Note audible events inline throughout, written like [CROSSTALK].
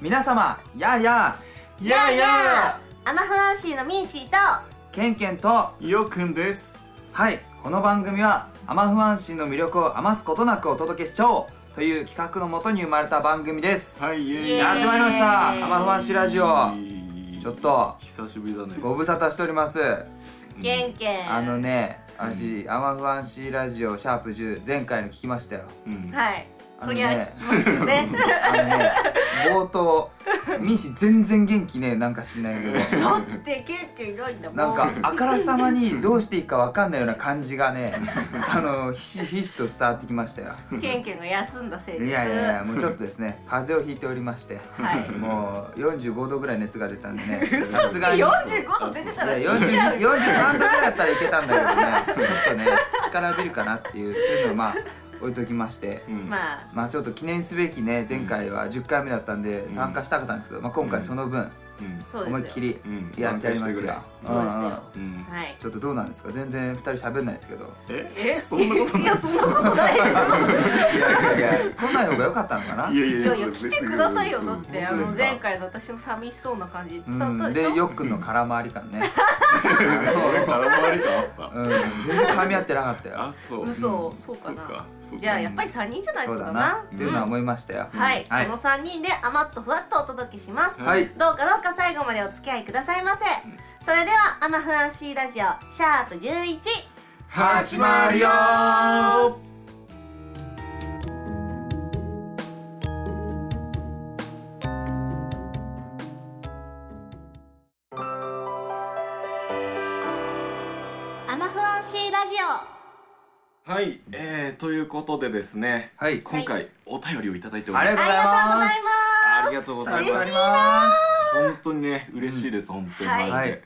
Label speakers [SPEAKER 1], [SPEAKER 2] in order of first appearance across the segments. [SPEAKER 1] 皆様やあやあ
[SPEAKER 2] やあやあアマフランシーのミンシーと
[SPEAKER 1] ケンケンと
[SPEAKER 3] よくんです
[SPEAKER 1] はいこの番組はアマフアンシーの魅力を余すことなくお届けしちゃおうという企画のもとに生まれた番組です
[SPEAKER 3] はいイエ
[SPEAKER 2] イエーイ
[SPEAKER 1] やってまいりました
[SPEAKER 2] イエーイ
[SPEAKER 1] アマフアンシーラジオちょっと
[SPEAKER 3] 久しぶりだね
[SPEAKER 1] ご無沙汰しております
[SPEAKER 2] ケンケン
[SPEAKER 1] あのね私、アマフアンシーラジオシャープ10前回の聞きましたよ
[SPEAKER 3] うん
[SPEAKER 2] はい
[SPEAKER 1] あ
[SPEAKER 2] そ
[SPEAKER 1] の
[SPEAKER 2] りゃ
[SPEAKER 1] ね
[SPEAKER 2] 聞きますよね
[SPEAKER 1] [LAUGHS] あのね冒頭ミンシー全然元気ねえなんか知んないけど
[SPEAKER 2] だってケンケンいないんだもん
[SPEAKER 1] なんかあからさまにどうしていいかわかんないような感じがね [LAUGHS] あのひしひしと伝わってきましたよ
[SPEAKER 2] ケンケンが休んだせい
[SPEAKER 1] い
[SPEAKER 2] です
[SPEAKER 1] やいやいやもうちょっとですね風邪をひいておりまして [LAUGHS]
[SPEAKER 2] はい
[SPEAKER 1] もう45度ぐらい熱が出たんでね
[SPEAKER 2] 嘘
[SPEAKER 1] さ
[SPEAKER 2] つ
[SPEAKER 1] す
[SPEAKER 2] き
[SPEAKER 1] がにいや
[SPEAKER 2] 45度出てたら死んじゃ
[SPEAKER 1] 40
[SPEAKER 2] うよ
[SPEAKER 1] 43度ぐらいだったらいけたんだけどねちょっとね干からびるかなっていうそういうのをまあ置いときまして
[SPEAKER 3] うん
[SPEAKER 2] まあ
[SPEAKER 1] まあちょっと記念すべきね前回は10回目だったんで
[SPEAKER 3] ん
[SPEAKER 1] 参加したかったんですけど、まあ、今回その分
[SPEAKER 3] うん
[SPEAKER 2] そう
[SPEAKER 1] 思いっ
[SPEAKER 2] です
[SPEAKER 1] き
[SPEAKER 2] よ
[SPEAKER 1] り
[SPEAKER 3] うん
[SPEAKER 1] やってやりますよ、
[SPEAKER 3] うん
[SPEAKER 2] そうです
[SPEAKER 1] んん
[SPEAKER 2] よ
[SPEAKER 3] うん
[SPEAKER 2] はい
[SPEAKER 1] ちょっとどうなんですか全然二人喋んないですけ [LAUGHS] ど
[SPEAKER 3] え
[SPEAKER 2] え
[SPEAKER 3] そんなことない
[SPEAKER 2] やそんなことない
[SPEAKER 1] [LAUGHS]
[SPEAKER 2] でしょ
[SPEAKER 1] いやいやいや来ない方が良かったのかない
[SPEAKER 3] やい
[SPEAKER 2] い
[SPEAKER 3] や
[SPEAKER 2] やいや来てくださいよだって
[SPEAKER 1] うん
[SPEAKER 2] あの
[SPEAKER 1] 本当ですか
[SPEAKER 2] 前回の私の寂しそうな感じ
[SPEAKER 1] う
[SPEAKER 2] 伝わった
[SPEAKER 1] ん、
[SPEAKER 2] でしょ、
[SPEAKER 1] でよっくんの空回り感 [LAUGHS] ね、
[SPEAKER 3] 空回りとあった
[SPEAKER 1] うん、全然噛み合ってなかったよ
[SPEAKER 3] あそう
[SPEAKER 2] 嘘
[SPEAKER 3] ん
[SPEAKER 2] そうかな
[SPEAKER 3] そうか
[SPEAKER 2] じゃあやっぱり3人じゃない
[SPEAKER 1] そ
[SPEAKER 2] と
[SPEAKER 1] う
[SPEAKER 2] だ
[SPEAKER 1] だ
[SPEAKER 2] な
[SPEAKER 1] なっていうのは思いましたよ、
[SPEAKER 2] うんはい、
[SPEAKER 1] はい
[SPEAKER 2] この3人で余っとふわっとお届けします、
[SPEAKER 1] はい
[SPEAKER 2] どうかどうか最後までお付き合いくださいませ、
[SPEAKER 3] ん
[SPEAKER 2] それでは「アマフランシーラジオシャープ11」
[SPEAKER 1] 始まるよー
[SPEAKER 2] アマフランシーラジオ
[SPEAKER 3] はいえーということでですね
[SPEAKER 1] はい
[SPEAKER 3] 今回お便りをいただいており
[SPEAKER 1] あり
[SPEAKER 3] ま
[SPEAKER 1] が
[SPEAKER 3] す
[SPEAKER 1] とうございます
[SPEAKER 3] ありがとうございま
[SPEAKER 1] あ
[SPEAKER 3] す
[SPEAKER 1] りがとうございま
[SPEAKER 3] 本当にね嬉しいです、本当にマジで、
[SPEAKER 1] はい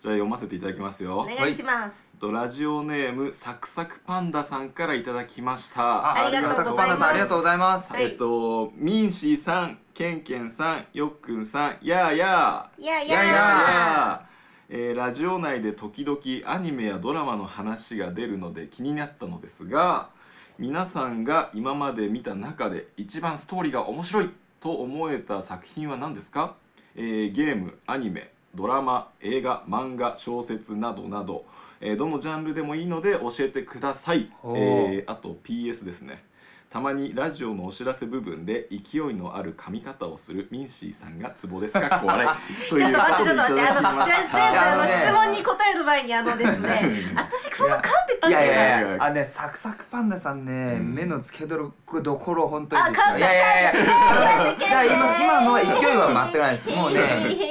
[SPEAKER 3] じゃあ読ませていただきますよ、
[SPEAKER 2] お願いします、
[SPEAKER 3] えっとラジオネームサクサクパンダさんからいただきました
[SPEAKER 1] あ
[SPEAKER 2] ありがとうございます
[SPEAKER 1] サクパンダさんありがとうございます
[SPEAKER 2] はい
[SPEAKER 3] えっとミンシーさんケンケンさんよっくんさんやあやあ
[SPEAKER 2] い、やいや
[SPEAKER 1] いやい
[SPEAKER 3] やあ
[SPEAKER 1] や
[SPEAKER 3] やあえーラジオ内で時々アニメやドラマの話が出るので気になったのですが皆さんが今まで見た中で一番ストーリーが面白いと思えた作品は何ですか、えーゲームアニメドラマ映画漫画小説などなど、えーどのジャンルでもいいので教えてください、え
[SPEAKER 1] おー
[SPEAKER 3] ーあと PS ですねたまにラジオのお知らせ部分で勢いのある噛み方をするミンシーさんがツボですかっこ笑いと
[SPEAKER 2] ちょ
[SPEAKER 3] い
[SPEAKER 2] っ
[SPEAKER 3] う
[SPEAKER 2] と待って
[SPEAKER 3] こと
[SPEAKER 2] ちょ
[SPEAKER 3] で
[SPEAKER 2] っ
[SPEAKER 3] い
[SPEAKER 2] と待ってあ
[SPEAKER 3] ただき
[SPEAKER 2] の
[SPEAKER 3] ま
[SPEAKER 2] 前
[SPEAKER 3] した
[SPEAKER 2] 前回の
[SPEAKER 1] いや
[SPEAKER 2] 質
[SPEAKER 1] あ
[SPEAKER 2] 問に答える前にあのですね私そんな噛んでたっ
[SPEAKER 1] い
[SPEAKER 2] け
[SPEAKER 1] やい
[SPEAKER 2] な
[SPEAKER 1] やいやあのねサクサクパンダさんね、
[SPEAKER 3] うん
[SPEAKER 1] 目の付けどころ本当にで
[SPEAKER 2] あ
[SPEAKER 1] す
[SPEAKER 2] 噛んだ
[SPEAKER 1] よいやいやいやじゃあ言います今のは勢いは全くないですもうね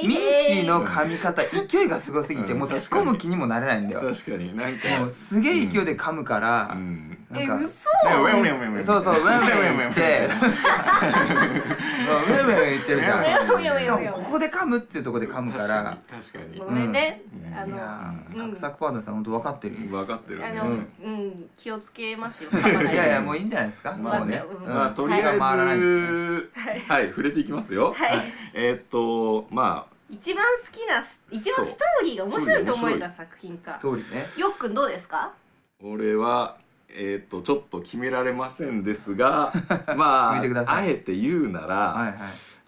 [SPEAKER 2] [LAUGHS]
[SPEAKER 1] ミンシーの噛み方勢いがすごすぎてもう突っ込む気にもなれないんだよ
[SPEAKER 3] 確かになん
[SPEAKER 1] もう
[SPEAKER 3] か
[SPEAKER 1] すげえ勢いで噛むから、
[SPEAKER 3] うん
[SPEAKER 1] なんか
[SPEAKER 2] え嘘
[SPEAKER 1] そうそうウェンウェン言ってウェンウェン言ってるじ
[SPEAKER 2] ウェンウェン
[SPEAKER 1] ゃ
[SPEAKER 2] 言ってる
[SPEAKER 1] んしかもここで噛むっていうところで噛むから
[SPEAKER 3] 確かに
[SPEAKER 2] ご
[SPEAKER 3] 確か
[SPEAKER 2] めんね、
[SPEAKER 3] うん
[SPEAKER 2] あ
[SPEAKER 1] い
[SPEAKER 2] の
[SPEAKER 1] や
[SPEAKER 2] う
[SPEAKER 1] ーサ
[SPEAKER 2] ん
[SPEAKER 1] クサクパンダさん本当分かってる
[SPEAKER 3] に
[SPEAKER 1] い
[SPEAKER 3] 分かってる
[SPEAKER 2] あ
[SPEAKER 3] ね
[SPEAKER 2] の、うん、気をつけますよ。い
[SPEAKER 1] [LAUGHS] やいやもういいんじゃないですかもうね、
[SPEAKER 2] うん
[SPEAKER 3] まあとりあえず
[SPEAKER 1] 口が回らないですね
[SPEAKER 3] はい触れていきますよ
[SPEAKER 2] はい
[SPEAKER 3] えーっとまあ
[SPEAKER 2] 一番好きなス、一番ストーリーが面白いと思えた作品
[SPEAKER 1] ス
[SPEAKER 2] か。
[SPEAKER 1] トーリーね
[SPEAKER 2] よっくんどうですか。
[SPEAKER 3] 俺はえーっとちょっと決められませんですがま
[SPEAKER 1] 見てくだ
[SPEAKER 3] あ
[SPEAKER 1] さ
[SPEAKER 3] あ
[SPEAKER 1] い
[SPEAKER 3] えて言うな
[SPEAKER 1] はい
[SPEAKER 3] ら
[SPEAKER 1] はい、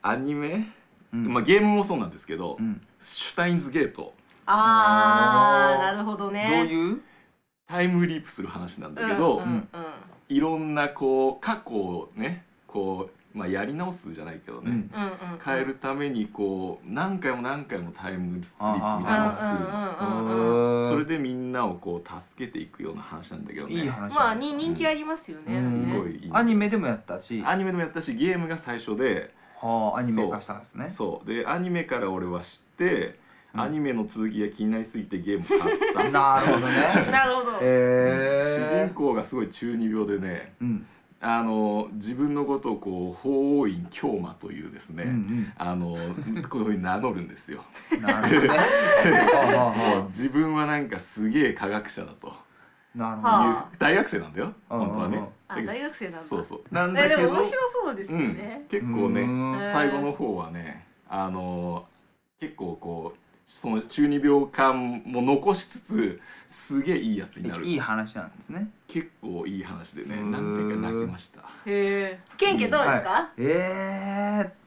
[SPEAKER 3] アニメ
[SPEAKER 1] うん
[SPEAKER 3] まあゲームもそうなんですけど
[SPEAKER 1] うん
[SPEAKER 3] シュタインズゲート
[SPEAKER 2] あ
[SPEAKER 1] あ
[SPEAKER 2] ー
[SPEAKER 1] ー
[SPEAKER 2] なるほど
[SPEAKER 1] どう
[SPEAKER 2] ね。う
[SPEAKER 1] いう
[SPEAKER 3] タイムリープする話なんだけ
[SPEAKER 2] ん
[SPEAKER 3] ど
[SPEAKER 2] うんうん
[SPEAKER 3] いろんなこう過去をねこうまあやり直すじゃないけど
[SPEAKER 1] う
[SPEAKER 3] ね
[SPEAKER 1] ん
[SPEAKER 2] うんうんうん
[SPEAKER 3] 変えるためにこう何回も何回もタイムスリップみたいなのをするの
[SPEAKER 2] うんうんうんうん。
[SPEAKER 3] それでみんなをこう助けていくような話なんだけどね
[SPEAKER 1] いい話
[SPEAKER 2] まあに人気ありますよね。
[SPEAKER 1] うん
[SPEAKER 3] す
[SPEAKER 2] ね
[SPEAKER 3] ごいいい
[SPEAKER 1] アニメでもやったし、は
[SPEAKER 3] アニメでもやったしゲームが最初で
[SPEAKER 1] あ、アニメ化したんですね。
[SPEAKER 3] そうでアニメから俺は知って
[SPEAKER 1] うん
[SPEAKER 3] アニメの続きが気になりすぎてゲーム買ったの
[SPEAKER 1] なるほど
[SPEAKER 3] [LAUGHS]
[SPEAKER 1] ね。
[SPEAKER 2] なるほど。
[SPEAKER 3] 主
[SPEAKER 1] え
[SPEAKER 3] 人公がすごい中二病でね
[SPEAKER 1] ー、うん、
[SPEAKER 3] あの自分のことをこう法王院京馬というですね、
[SPEAKER 1] うんうん
[SPEAKER 3] あのこういうふうに名乗るんですよ。
[SPEAKER 1] なるほ
[SPEAKER 3] [LAUGHS]
[SPEAKER 1] どね。はあはあは
[SPEAKER 3] 自分はなんかすげえ科学者だという
[SPEAKER 1] あなるほど。
[SPEAKER 2] はあ
[SPEAKER 3] 大学生なんだよ
[SPEAKER 1] うんうんうん
[SPEAKER 3] 本当はね。
[SPEAKER 2] あ
[SPEAKER 3] だけど
[SPEAKER 2] 大学生なんだ
[SPEAKER 3] そうそう。なん
[SPEAKER 2] え
[SPEAKER 3] だ
[SPEAKER 2] で
[SPEAKER 3] け
[SPEAKER 2] も
[SPEAKER 3] ど、
[SPEAKER 2] 面白そうですよね。
[SPEAKER 3] 結構
[SPEAKER 1] うー
[SPEAKER 3] ね
[SPEAKER 1] ん
[SPEAKER 3] 最後の方はねあの結構こうその中二病感も残しつつすげえいいやつになる
[SPEAKER 1] いい話なんですね。
[SPEAKER 3] 結構いい話でね
[SPEAKER 1] うーん
[SPEAKER 3] 何回か泣きました。
[SPEAKER 2] へえ。ケンケンどうですか。
[SPEAKER 1] ええ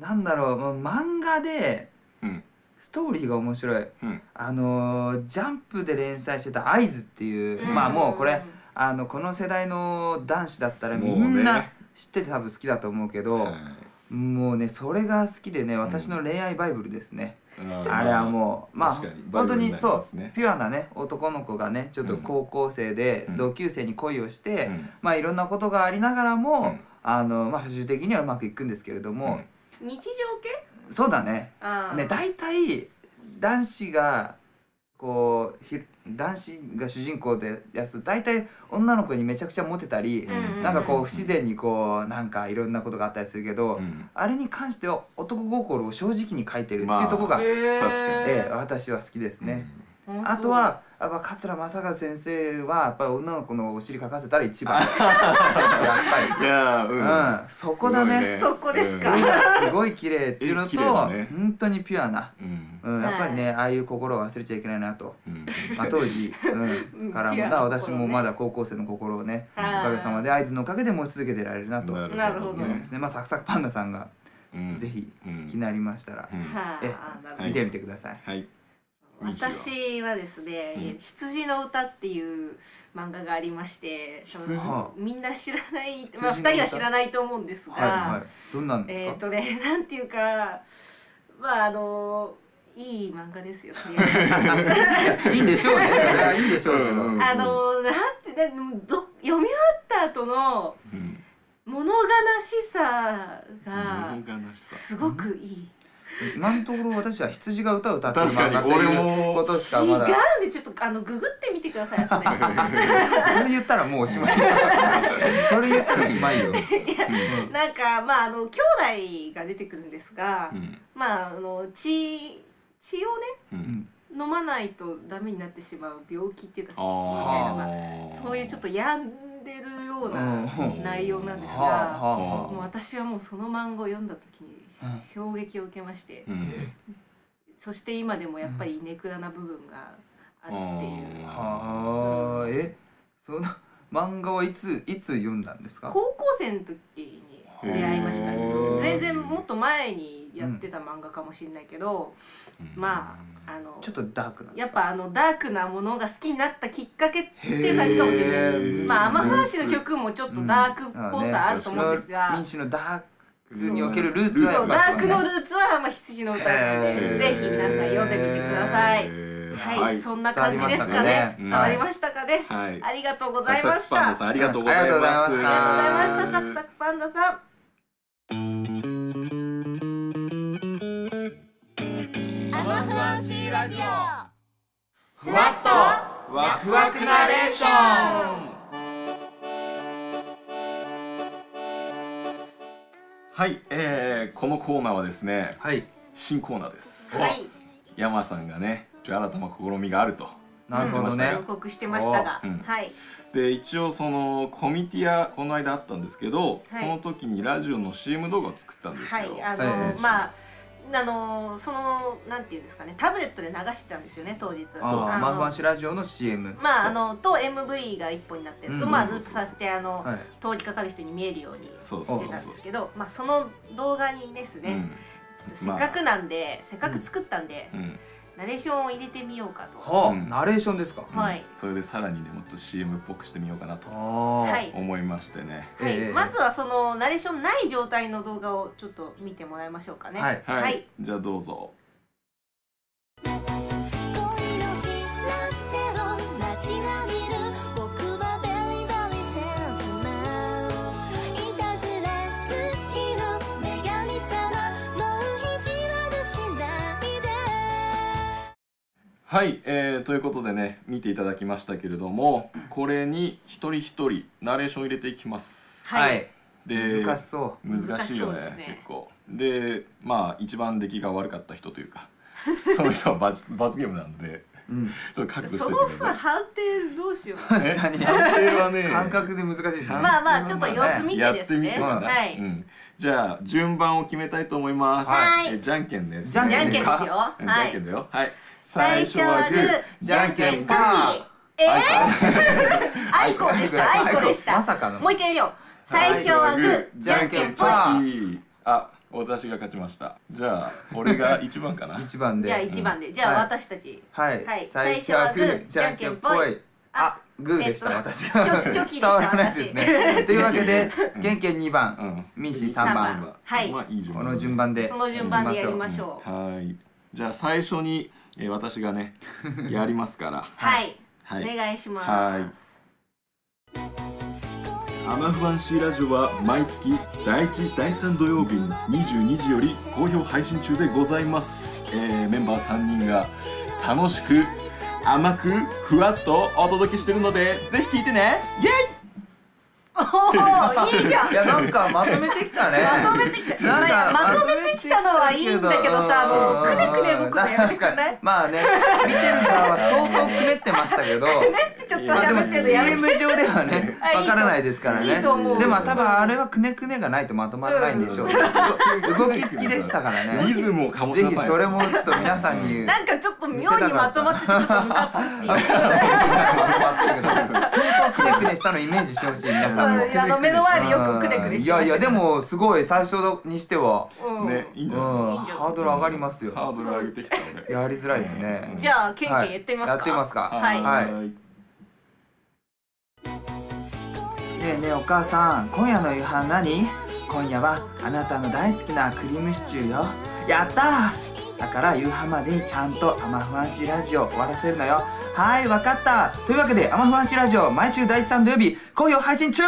[SPEAKER 1] なんだろう、まあ、漫画で
[SPEAKER 3] うん
[SPEAKER 1] ストーリーが面白い、
[SPEAKER 3] うん
[SPEAKER 1] あのージャンプで連載してた「アイズっていう、まあもうこれあのこの世代の男子だったらみ
[SPEAKER 3] もうね
[SPEAKER 1] んな知ってて多分好きだと思うけどもう,、
[SPEAKER 3] はい
[SPEAKER 1] ねそれが好きでね私の恋愛バイブルですね、
[SPEAKER 3] うん
[SPEAKER 1] あれはもうまあ
[SPEAKER 3] 確かにバ
[SPEAKER 1] 本
[SPEAKER 3] イブ
[SPEAKER 1] 当
[SPEAKER 3] ルに
[SPEAKER 1] に
[SPEAKER 3] なり
[SPEAKER 1] そ
[SPEAKER 3] ま
[SPEAKER 1] う
[SPEAKER 3] すね
[SPEAKER 1] ピュアなね男の子がねちょっと高校生で
[SPEAKER 3] うん
[SPEAKER 1] 同級生に恋をして、
[SPEAKER 3] うん
[SPEAKER 1] まあいろんなことがありながらも、
[SPEAKER 3] うん
[SPEAKER 1] あのまあ、最終的にはうまくいくんですけれども、
[SPEAKER 2] 日常系
[SPEAKER 1] そうだね
[SPEAKER 2] あー
[SPEAKER 1] ね大体男子がこうひ男子が主人公でやつ大体女の子にめちゃくちゃモテたり、
[SPEAKER 2] うん
[SPEAKER 1] なんかこう不自然にこうなんかいろんなことがあったりするけど、
[SPEAKER 3] うん
[SPEAKER 1] あれに関しては男心を正直に書いてるって
[SPEAKER 3] ま
[SPEAKER 1] い
[SPEAKER 3] あ
[SPEAKER 1] うところが、
[SPEAKER 2] へー
[SPEAKER 3] 確かに
[SPEAKER 1] ええ私は好きですね。
[SPEAKER 2] うんそう
[SPEAKER 1] あとはやっぱ桂正和先生はやっぱり女の子のお尻書かせたら一番やっぱ
[SPEAKER 3] いや
[SPEAKER 1] り、
[SPEAKER 3] ー
[SPEAKER 1] う
[SPEAKER 3] うん
[SPEAKER 1] ん、そこだね
[SPEAKER 2] そこですか
[SPEAKER 3] うん
[SPEAKER 1] すごい綺麗っていうの
[SPEAKER 3] え
[SPEAKER 1] と、
[SPEAKER 3] 綺麗だね
[SPEAKER 1] 本当にピュアな、
[SPEAKER 3] うん
[SPEAKER 1] うん、やっぱりねああいう心を忘れちゃいけないなと、
[SPEAKER 3] うん
[SPEAKER 1] まあ、当時、う、
[SPEAKER 2] うんん
[SPEAKER 1] からも
[SPEAKER 2] ピュア
[SPEAKER 1] だ
[SPEAKER 2] な
[SPEAKER 1] か
[SPEAKER 2] 心
[SPEAKER 1] ら
[SPEAKER 2] ね
[SPEAKER 1] 私もまだ高校生の心をねお
[SPEAKER 2] あー
[SPEAKER 1] かげさまで合図のおかげでもう続けてられるなと思
[SPEAKER 2] なるほど
[SPEAKER 1] いますね、まあ、サクサクパンダさんが
[SPEAKER 3] うん
[SPEAKER 1] ぜひ
[SPEAKER 3] うん
[SPEAKER 1] 気になりましたら
[SPEAKER 3] うん
[SPEAKER 2] は
[SPEAKER 1] え
[SPEAKER 2] あなるほど
[SPEAKER 1] 見てみてください。
[SPEAKER 3] はい
[SPEAKER 2] 私はですね「
[SPEAKER 3] うん
[SPEAKER 2] 羊の歌」っていう漫画がありまして多分
[SPEAKER 3] 羊
[SPEAKER 1] の
[SPEAKER 2] みんな知らない、
[SPEAKER 1] 羊の
[SPEAKER 2] まあ、
[SPEAKER 1] 歌
[SPEAKER 2] 2人は知らないと思うんですが、
[SPEAKER 1] はいはい、どんなんです
[SPEAKER 2] え
[SPEAKER 1] か
[SPEAKER 2] っ、、とね [LAUGHS] なんていうかまああのいい漫画ですよ、とりあえず
[SPEAKER 1] [LAUGHS] いいんでしょうねそれはいいんでしょうけど、
[SPEAKER 3] うんうん
[SPEAKER 2] あのなんてねど読み終わった後の
[SPEAKER 3] うん
[SPEAKER 2] 物悲しさが
[SPEAKER 3] 物悲しさ
[SPEAKER 2] すごくいい。
[SPEAKER 1] 今のところ私は羊が歌を歌ってる
[SPEAKER 3] 確かに
[SPEAKER 1] 漫画っていう
[SPEAKER 3] 俺も
[SPEAKER 1] ことしか
[SPEAKER 2] 違
[SPEAKER 1] ま
[SPEAKER 2] うん
[SPEAKER 1] だ
[SPEAKER 2] でちょっとあのググってみてください
[SPEAKER 1] [LAUGHS]
[SPEAKER 2] 後で
[SPEAKER 1] それ言ったらもうおしまいそれ言ったらおしまいよ
[SPEAKER 2] なんかまああの兄弟が出てくるんですが、
[SPEAKER 3] うん
[SPEAKER 2] まああの血血をね
[SPEAKER 3] うん
[SPEAKER 2] 飲まないとダメになってしまう病気っていうかみ
[SPEAKER 3] あ
[SPEAKER 2] たいな、ま
[SPEAKER 3] ー
[SPEAKER 2] あそういうちょっと病んでるような
[SPEAKER 1] うん
[SPEAKER 2] 内容なんです
[SPEAKER 1] は
[SPEAKER 2] が、
[SPEAKER 1] あはあは
[SPEAKER 2] もう私はもうその漫画を読んだ時に
[SPEAKER 1] うん
[SPEAKER 2] 衝撃を受けまして、
[SPEAKER 3] うん
[SPEAKER 2] そして今でもやっぱりネクラな部分があるっていう、
[SPEAKER 1] あはあえその漫画はいついつ読んだんですか
[SPEAKER 2] 高校生の時に出会いました
[SPEAKER 1] へ
[SPEAKER 2] ね
[SPEAKER 1] ー
[SPEAKER 2] 全然もっと前にやってた漫画かもしれないけど、まああの
[SPEAKER 1] ちょっとダークな
[SPEAKER 2] やっぱあのダークなものが好きになったきっかけっていう感じかもしれないです
[SPEAKER 3] へー
[SPEAKER 2] まあ天原氏の曲もちょっとダークっぽさあると思うんですが、
[SPEAKER 1] 民主のダークにおけるルーツ
[SPEAKER 3] ん
[SPEAKER 1] は
[SPEAKER 2] そうダークの
[SPEAKER 1] ル
[SPEAKER 2] ルーツはまあ羊の歌なので、
[SPEAKER 1] へー
[SPEAKER 2] ぜひ皆さん読んでみてください。はい、そんな感じですかね。
[SPEAKER 1] 伝
[SPEAKER 2] 伝
[SPEAKER 1] わ
[SPEAKER 2] わ
[SPEAKER 1] り
[SPEAKER 2] り
[SPEAKER 1] ま
[SPEAKER 2] ましたかね。
[SPEAKER 3] はい
[SPEAKER 2] ありがとうござい
[SPEAKER 3] サ
[SPEAKER 2] ま
[SPEAKER 3] クサ
[SPEAKER 2] した。
[SPEAKER 3] クパンダ
[SPEAKER 2] あ
[SPEAKER 3] さんありがとうございます
[SPEAKER 1] うんあ
[SPEAKER 2] りがとう
[SPEAKER 1] り
[SPEAKER 2] ございま
[SPEAKER 1] が
[SPEAKER 2] した。サクサクパンダさん。
[SPEAKER 4] アマフランシーラジオ
[SPEAKER 1] ふわっとワクワクナレーション
[SPEAKER 3] はい、えー、このコーナーはですね
[SPEAKER 1] はい
[SPEAKER 3] 新コーナーです
[SPEAKER 2] はい、
[SPEAKER 3] 山さんがねちょっと新たな試みがあると
[SPEAKER 1] なるほどね
[SPEAKER 2] 予告してましたが、
[SPEAKER 3] おうん
[SPEAKER 2] はい、
[SPEAKER 3] で一応そのコミティアこの間あったんですけど、
[SPEAKER 2] はい
[SPEAKER 3] その時にラジオの CM 動画を作ったんです
[SPEAKER 2] は
[SPEAKER 3] よ、
[SPEAKER 2] い、あの、
[SPEAKER 1] はい
[SPEAKER 2] まあ。あのそのなんていうんですかねタブレットで流してたんですよね当日
[SPEAKER 1] あ
[SPEAKER 3] そう
[SPEAKER 1] ー
[SPEAKER 2] あ
[SPEAKER 1] マン
[SPEAKER 2] の
[SPEAKER 1] マンシラジオの CM
[SPEAKER 2] まああのと MV が一本になってる、
[SPEAKER 1] うん
[SPEAKER 2] それをまあループさせてあの、
[SPEAKER 1] はい
[SPEAKER 2] 通りかかる人に見えるように
[SPEAKER 3] そう
[SPEAKER 2] し
[SPEAKER 3] そう
[SPEAKER 2] てたん
[SPEAKER 3] そ
[SPEAKER 2] で
[SPEAKER 3] う
[SPEAKER 2] すけど、まあその動画にですね、ちょっとせっかくなんで、せっかく作ったんで、
[SPEAKER 3] うんうん
[SPEAKER 2] ナレーションを入れてみようかと。
[SPEAKER 1] はあ、
[SPEAKER 3] うん、
[SPEAKER 1] ナレーションですか
[SPEAKER 2] はいう
[SPEAKER 3] んそれでさらにねもっと CM っぽくしてみようかなと
[SPEAKER 1] ああ
[SPEAKER 2] はい
[SPEAKER 3] 思いましてね
[SPEAKER 2] はい
[SPEAKER 1] ええ
[SPEAKER 2] まずはそのナレーションない状態の動画をちょっと見てもらいましょうかね。
[SPEAKER 1] はい
[SPEAKER 3] はい、
[SPEAKER 2] はい
[SPEAKER 3] じゃあどうぞ
[SPEAKER 4] 恋の知らせを待ちわびる僕はベリーベリーセントマンいたずら好きの女神様もう一度しないで
[SPEAKER 3] はい、えー、ということでね見ていただきましたけれどもこれに一人一人ナレーション入れていきます
[SPEAKER 2] はい
[SPEAKER 1] はい
[SPEAKER 3] で
[SPEAKER 1] 難しそ
[SPEAKER 3] 難しい
[SPEAKER 2] 難
[SPEAKER 3] よ
[SPEAKER 2] しそうで
[SPEAKER 3] ね
[SPEAKER 2] すね
[SPEAKER 3] 結構でまあ一番出来が悪かった人というか [LAUGHS] その人は罰罰ゲームなんで
[SPEAKER 1] う、うん、
[SPEAKER 3] ちょっと覚悟して
[SPEAKER 2] そ
[SPEAKER 3] い
[SPEAKER 2] の
[SPEAKER 3] てくだ
[SPEAKER 2] さ
[SPEAKER 3] さ
[SPEAKER 2] 判定どうし
[SPEAKER 1] [LAUGHS]
[SPEAKER 2] よう。
[SPEAKER 1] 確かに
[SPEAKER 3] い判定はね
[SPEAKER 1] 感覚で難しいですね
[SPEAKER 2] まあまあちょっと様子見て
[SPEAKER 3] や
[SPEAKER 2] で
[SPEAKER 3] って
[SPEAKER 2] す
[SPEAKER 3] み
[SPEAKER 2] ね。
[SPEAKER 3] てかな、
[SPEAKER 2] はい。
[SPEAKER 3] うん、じゃあ順番を決めたいと思います、
[SPEAKER 2] はい
[SPEAKER 3] えーじゃんけんです
[SPEAKER 1] じゃん
[SPEAKER 2] じゃ
[SPEAKER 1] け
[SPEAKER 2] ん
[SPEAKER 1] ん
[SPEAKER 2] けんですよ。
[SPEAKER 1] か
[SPEAKER 3] うんじゃ
[SPEAKER 2] は
[SPEAKER 3] んけん
[SPEAKER 2] い。
[SPEAKER 3] だよはい
[SPEAKER 2] 最初はグー、
[SPEAKER 1] じゃんけん
[SPEAKER 2] チョ
[SPEAKER 1] パ
[SPEAKER 2] キ。えー、ア
[SPEAKER 1] い
[SPEAKER 2] イ [LAUGHS] コでした。アイコでした。
[SPEAKER 1] まさかの
[SPEAKER 2] もう一回やるよ。最初はグー、じゃんけんポン。
[SPEAKER 1] パ
[SPEAKER 3] ーあ私が勝ちましたじゃあ俺が一番かな
[SPEAKER 1] 一番で
[SPEAKER 2] じゃあ [LAUGHS] 一番で、じゃあ私たち、
[SPEAKER 1] はい、
[SPEAKER 2] はい
[SPEAKER 1] 最初はグーじ
[SPEAKER 2] 最初はグー
[SPEAKER 1] ゃんけんぽ
[SPEAKER 2] じゃんけんぽ
[SPEAKER 1] い
[SPEAKER 2] い
[SPEAKER 1] あグーでした、
[SPEAKER 2] えっと
[SPEAKER 1] 私
[SPEAKER 2] チョキチョキでし
[SPEAKER 1] 伝
[SPEAKER 2] た
[SPEAKER 1] わらないですねというわけで
[SPEAKER 3] うん
[SPEAKER 1] ケンケン2
[SPEAKER 3] う
[SPEAKER 1] 番、
[SPEAKER 3] ん
[SPEAKER 1] ミンシー3
[SPEAKER 2] 三
[SPEAKER 1] 番
[SPEAKER 2] 番はい
[SPEAKER 3] まあいい順
[SPEAKER 1] こ
[SPEAKER 3] 番
[SPEAKER 1] の順番で
[SPEAKER 2] その順番でやりまし
[SPEAKER 1] う
[SPEAKER 2] ょう。
[SPEAKER 3] はいじゃあ最初に、えー、私
[SPEAKER 1] [LAUGHS]
[SPEAKER 3] がねやりますから
[SPEAKER 2] はい、
[SPEAKER 3] はい
[SPEAKER 2] お願いします。
[SPEAKER 3] はいアマフアンシーラジオは毎月第1第3土曜日に22時より好評配信中でございます、えーメンバー3人が楽しく甘くふわっとお届けしてるのでぜひ聞いてねイエ
[SPEAKER 2] おお、いいじゃん
[SPEAKER 1] [LAUGHS] い。やなんかまとめてきたね
[SPEAKER 2] まとめてきた。
[SPEAKER 1] なんか
[SPEAKER 2] まあまとめてきたのはいいんだけどさ、もうくねくね僕のやめて
[SPEAKER 1] 確
[SPEAKER 2] く
[SPEAKER 1] か
[SPEAKER 2] な
[SPEAKER 1] に
[SPEAKER 2] い。
[SPEAKER 1] まあね見てる側は相当くねって [LAUGHS] ましたけど
[SPEAKER 2] ちょっと
[SPEAKER 1] まあ
[SPEAKER 2] や
[SPEAKER 1] でも
[SPEAKER 2] めてるやめて
[SPEAKER 1] CM 上では [LAUGHS] ね
[SPEAKER 2] あいいと
[SPEAKER 1] わからないですからね
[SPEAKER 2] いいと思う
[SPEAKER 1] でも多分あれはくねくねがないとまとまらないんで [LAUGHS] しょう、動き付きでしたから
[SPEAKER 3] イリ
[SPEAKER 1] ね
[SPEAKER 3] ズムをかもし
[SPEAKER 1] ぜ
[SPEAKER 3] な
[SPEAKER 1] ひ
[SPEAKER 3] さい
[SPEAKER 1] それもちょっと皆さんに [LAUGHS]
[SPEAKER 2] なんかちょっと妙にまとまっててちょっとムカつくっていう。
[SPEAKER 1] 相当くねくねしたのイメージしてほしい皆
[SPEAKER 2] そう
[SPEAKER 1] さんも。
[SPEAKER 2] あの目の前でよくくねくねしてました
[SPEAKER 1] いやいやでもすごい最初にしては、
[SPEAKER 2] うん
[SPEAKER 3] ねいい
[SPEAKER 1] うんん、
[SPEAKER 3] じゃない、
[SPEAKER 1] ハードル上がりますよ。
[SPEAKER 3] ハードル上げてきた俺
[SPEAKER 1] やりづらいですね。
[SPEAKER 2] じゃあケンケンやってみますか。
[SPEAKER 1] はいやってみますか
[SPEAKER 2] はい。
[SPEAKER 1] はい
[SPEAKER 3] [LAUGHS]
[SPEAKER 1] ねえねえお母さん今夜の夕飯何今夜はあなたの大好きなクリームシチューよやったーだから夕飯までにちゃんとアマフアンシーラジオ終わらせるのよはいわかったというわけでアマフアンシーラジオ毎週第一3土曜日好評配信中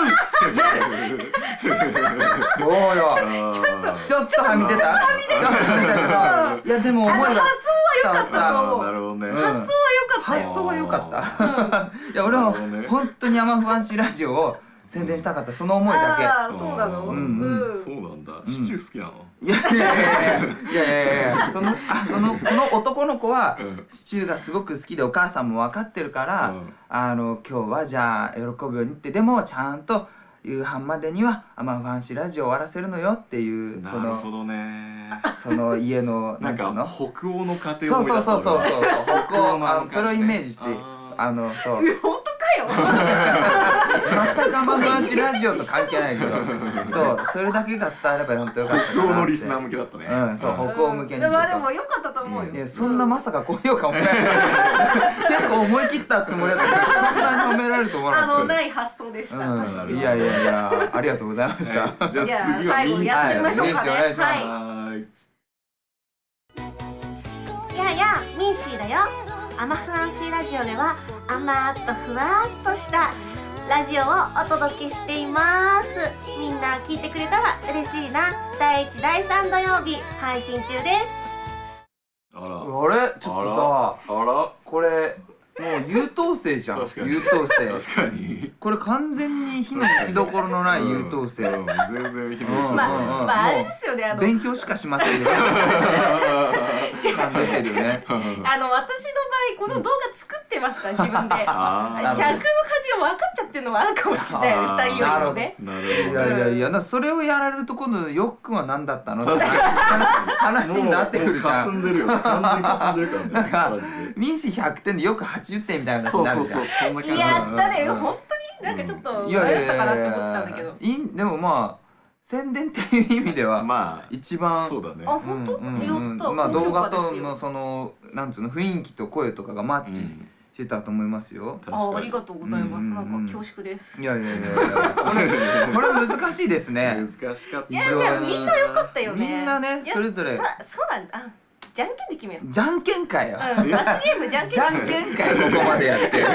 [SPEAKER 1] どうよ
[SPEAKER 3] ちょっと
[SPEAKER 1] ちょっとはみ出たちょっとはみ出たけどいやでも
[SPEAKER 2] あの
[SPEAKER 1] 思
[SPEAKER 2] 発
[SPEAKER 1] え
[SPEAKER 2] 想
[SPEAKER 1] ば
[SPEAKER 2] は良かっ
[SPEAKER 1] あ
[SPEAKER 2] たと思
[SPEAKER 3] な
[SPEAKER 2] う。
[SPEAKER 3] るほどね、
[SPEAKER 1] うん
[SPEAKER 2] 発想は良かった
[SPEAKER 1] 発
[SPEAKER 2] よ。
[SPEAKER 1] 想は良かったいや俺は本当にアマフアンシーラジオを宣伝したかったその思いだけ
[SPEAKER 2] ああ、そうなの。
[SPEAKER 3] うん
[SPEAKER 1] うん
[SPEAKER 2] うん
[SPEAKER 3] そうなんだシチュー好きなの、
[SPEAKER 1] いやいやいやいやいやいやいやそのあそのこの男の子は
[SPEAKER 3] うん
[SPEAKER 1] シチューがすごく好きでお母さんも分かってるから、
[SPEAKER 3] うん
[SPEAKER 1] あの今日はじゃあ喜ぶようにってでもちゃんと夕飯までには「アマファンシーラジオ」終わらせるのよっていうそ
[SPEAKER 3] なるほ
[SPEAKER 1] の
[SPEAKER 3] どね
[SPEAKER 1] その家のな
[SPEAKER 3] な
[SPEAKER 1] んんつう
[SPEAKER 3] か
[SPEAKER 1] の
[SPEAKER 3] 北欧の家庭
[SPEAKER 1] そ
[SPEAKER 3] を
[SPEAKER 1] うそうそうそうそう
[SPEAKER 3] う
[SPEAKER 1] 北
[SPEAKER 3] 北欧
[SPEAKER 1] 欧
[SPEAKER 3] の
[SPEAKER 1] あ
[SPEAKER 3] あ
[SPEAKER 1] の
[SPEAKER 3] の
[SPEAKER 1] それをイメージして
[SPEAKER 3] あ
[SPEAKER 1] あのそう
[SPEAKER 2] 本当かよ。
[SPEAKER 1] 全くアマファンシーラジオと関係ないけどそうそれだけが伝われば本当よかったかなって
[SPEAKER 3] 北欧のリスナー向けだったね
[SPEAKER 1] うんそう
[SPEAKER 3] あ
[SPEAKER 1] 北欧向けにちょっ
[SPEAKER 2] [LAUGHS]
[SPEAKER 1] と
[SPEAKER 2] まあでも良かったと思うよ。
[SPEAKER 1] いやそんなまさか高評価褒められる結構思い切ったつもりだったけどそんなに褒められると思わ
[SPEAKER 2] あ
[SPEAKER 1] な
[SPEAKER 2] の
[SPEAKER 1] かっ
[SPEAKER 2] ない発想でした。確か
[SPEAKER 1] た、
[SPEAKER 2] に
[SPEAKER 1] うん、いやいやいやありがとうございました、
[SPEAKER 3] はいじゃあ
[SPEAKER 2] じゃあ
[SPEAKER 3] 次は
[SPEAKER 2] 最
[SPEAKER 3] ミ
[SPEAKER 2] 後
[SPEAKER 3] ンシ
[SPEAKER 2] やってみましょうかね。
[SPEAKER 1] はいお願いします
[SPEAKER 2] は
[SPEAKER 3] はい
[SPEAKER 5] ややミンシーだよアマフアンシーラジオでは甘ーっとふわーっとしたラジオをお届けしていますみんな聞いてくれたら嬉しいな第1第3土曜日配信中です
[SPEAKER 3] あら
[SPEAKER 1] あれちょっとさ
[SPEAKER 3] あら
[SPEAKER 1] これもう優等生じゃん優
[SPEAKER 3] 確かに
[SPEAKER 1] 等生
[SPEAKER 3] 確かに
[SPEAKER 1] これ完全に火の打ちどころのない優等生、
[SPEAKER 3] うん全然ひどい
[SPEAKER 1] うん
[SPEAKER 2] まあまああれですよねあの
[SPEAKER 1] 勉強しかしませんでした出てるよね
[SPEAKER 3] [LAUGHS]
[SPEAKER 2] あの私の場合この動画作ってますから自分で
[SPEAKER 1] [LAUGHS]
[SPEAKER 3] あ
[SPEAKER 2] 尺
[SPEAKER 1] な
[SPEAKER 2] の感
[SPEAKER 1] るほ
[SPEAKER 2] じ
[SPEAKER 1] ど
[SPEAKER 2] が分かっちゃってるのもあるかもしれない
[SPEAKER 3] あー
[SPEAKER 2] 二人よりもね
[SPEAKER 3] ーなる
[SPEAKER 1] い
[SPEAKER 3] ほど
[SPEAKER 1] や
[SPEAKER 3] ね
[SPEAKER 1] いやいやなそれをやられると今度よっくんは何だったのって
[SPEAKER 3] 確
[SPEAKER 1] 話になってくるじゃん
[SPEAKER 3] もうもう霞んでるよ完全に霞んでるからね
[SPEAKER 1] なんか
[SPEAKER 3] マジ
[SPEAKER 1] 民主100点でよく80点みたいな
[SPEAKER 3] で
[SPEAKER 1] 話に
[SPEAKER 3] そう
[SPEAKER 1] な
[SPEAKER 3] そ
[SPEAKER 1] る
[SPEAKER 3] う
[SPEAKER 1] じゃ
[SPEAKER 3] そ
[SPEAKER 1] ん
[SPEAKER 3] うそんな感じ
[SPEAKER 2] やったね
[SPEAKER 1] うん
[SPEAKER 2] 本当になんかちょっと
[SPEAKER 1] い
[SPEAKER 2] 迷
[SPEAKER 1] やいやい
[SPEAKER 2] っ
[SPEAKER 1] や
[SPEAKER 2] た
[SPEAKER 1] い
[SPEAKER 2] かな
[SPEAKER 1] や
[SPEAKER 2] と思ったんだけど
[SPEAKER 1] いんでもまあ宣伝っていう意味では
[SPEAKER 3] まあ
[SPEAKER 1] 一番
[SPEAKER 3] そうだね
[SPEAKER 2] あ本当
[SPEAKER 1] うんうんうん
[SPEAKER 2] やった
[SPEAKER 1] まあ動
[SPEAKER 2] 高評
[SPEAKER 1] 画
[SPEAKER 2] 価
[SPEAKER 1] と
[SPEAKER 2] ですよ
[SPEAKER 1] のそのなんつうの雰囲気と声とかがマッチ
[SPEAKER 3] うん
[SPEAKER 1] してたと思いますよ。
[SPEAKER 3] 確
[SPEAKER 2] あ
[SPEAKER 3] か
[SPEAKER 2] あ
[SPEAKER 3] に
[SPEAKER 2] りがとうございます
[SPEAKER 1] うん
[SPEAKER 2] な
[SPEAKER 1] うんんうん
[SPEAKER 2] か恐縮です
[SPEAKER 1] いやいやいやいやこれこれ難しいですね。
[SPEAKER 3] 難しかった
[SPEAKER 1] いやでもみんな良
[SPEAKER 2] 良かったよね
[SPEAKER 1] みんなね
[SPEAKER 2] いや
[SPEAKER 1] それぞれ
[SPEAKER 2] さそうなんだあじゃんけんで決
[SPEAKER 1] [LAUGHS]
[SPEAKER 2] めよう
[SPEAKER 1] じゃんけんかよ。
[SPEAKER 2] うん罰ゲームじゃんけん
[SPEAKER 1] じゃんけんかよここまでやって。
[SPEAKER 2] [LAUGHS]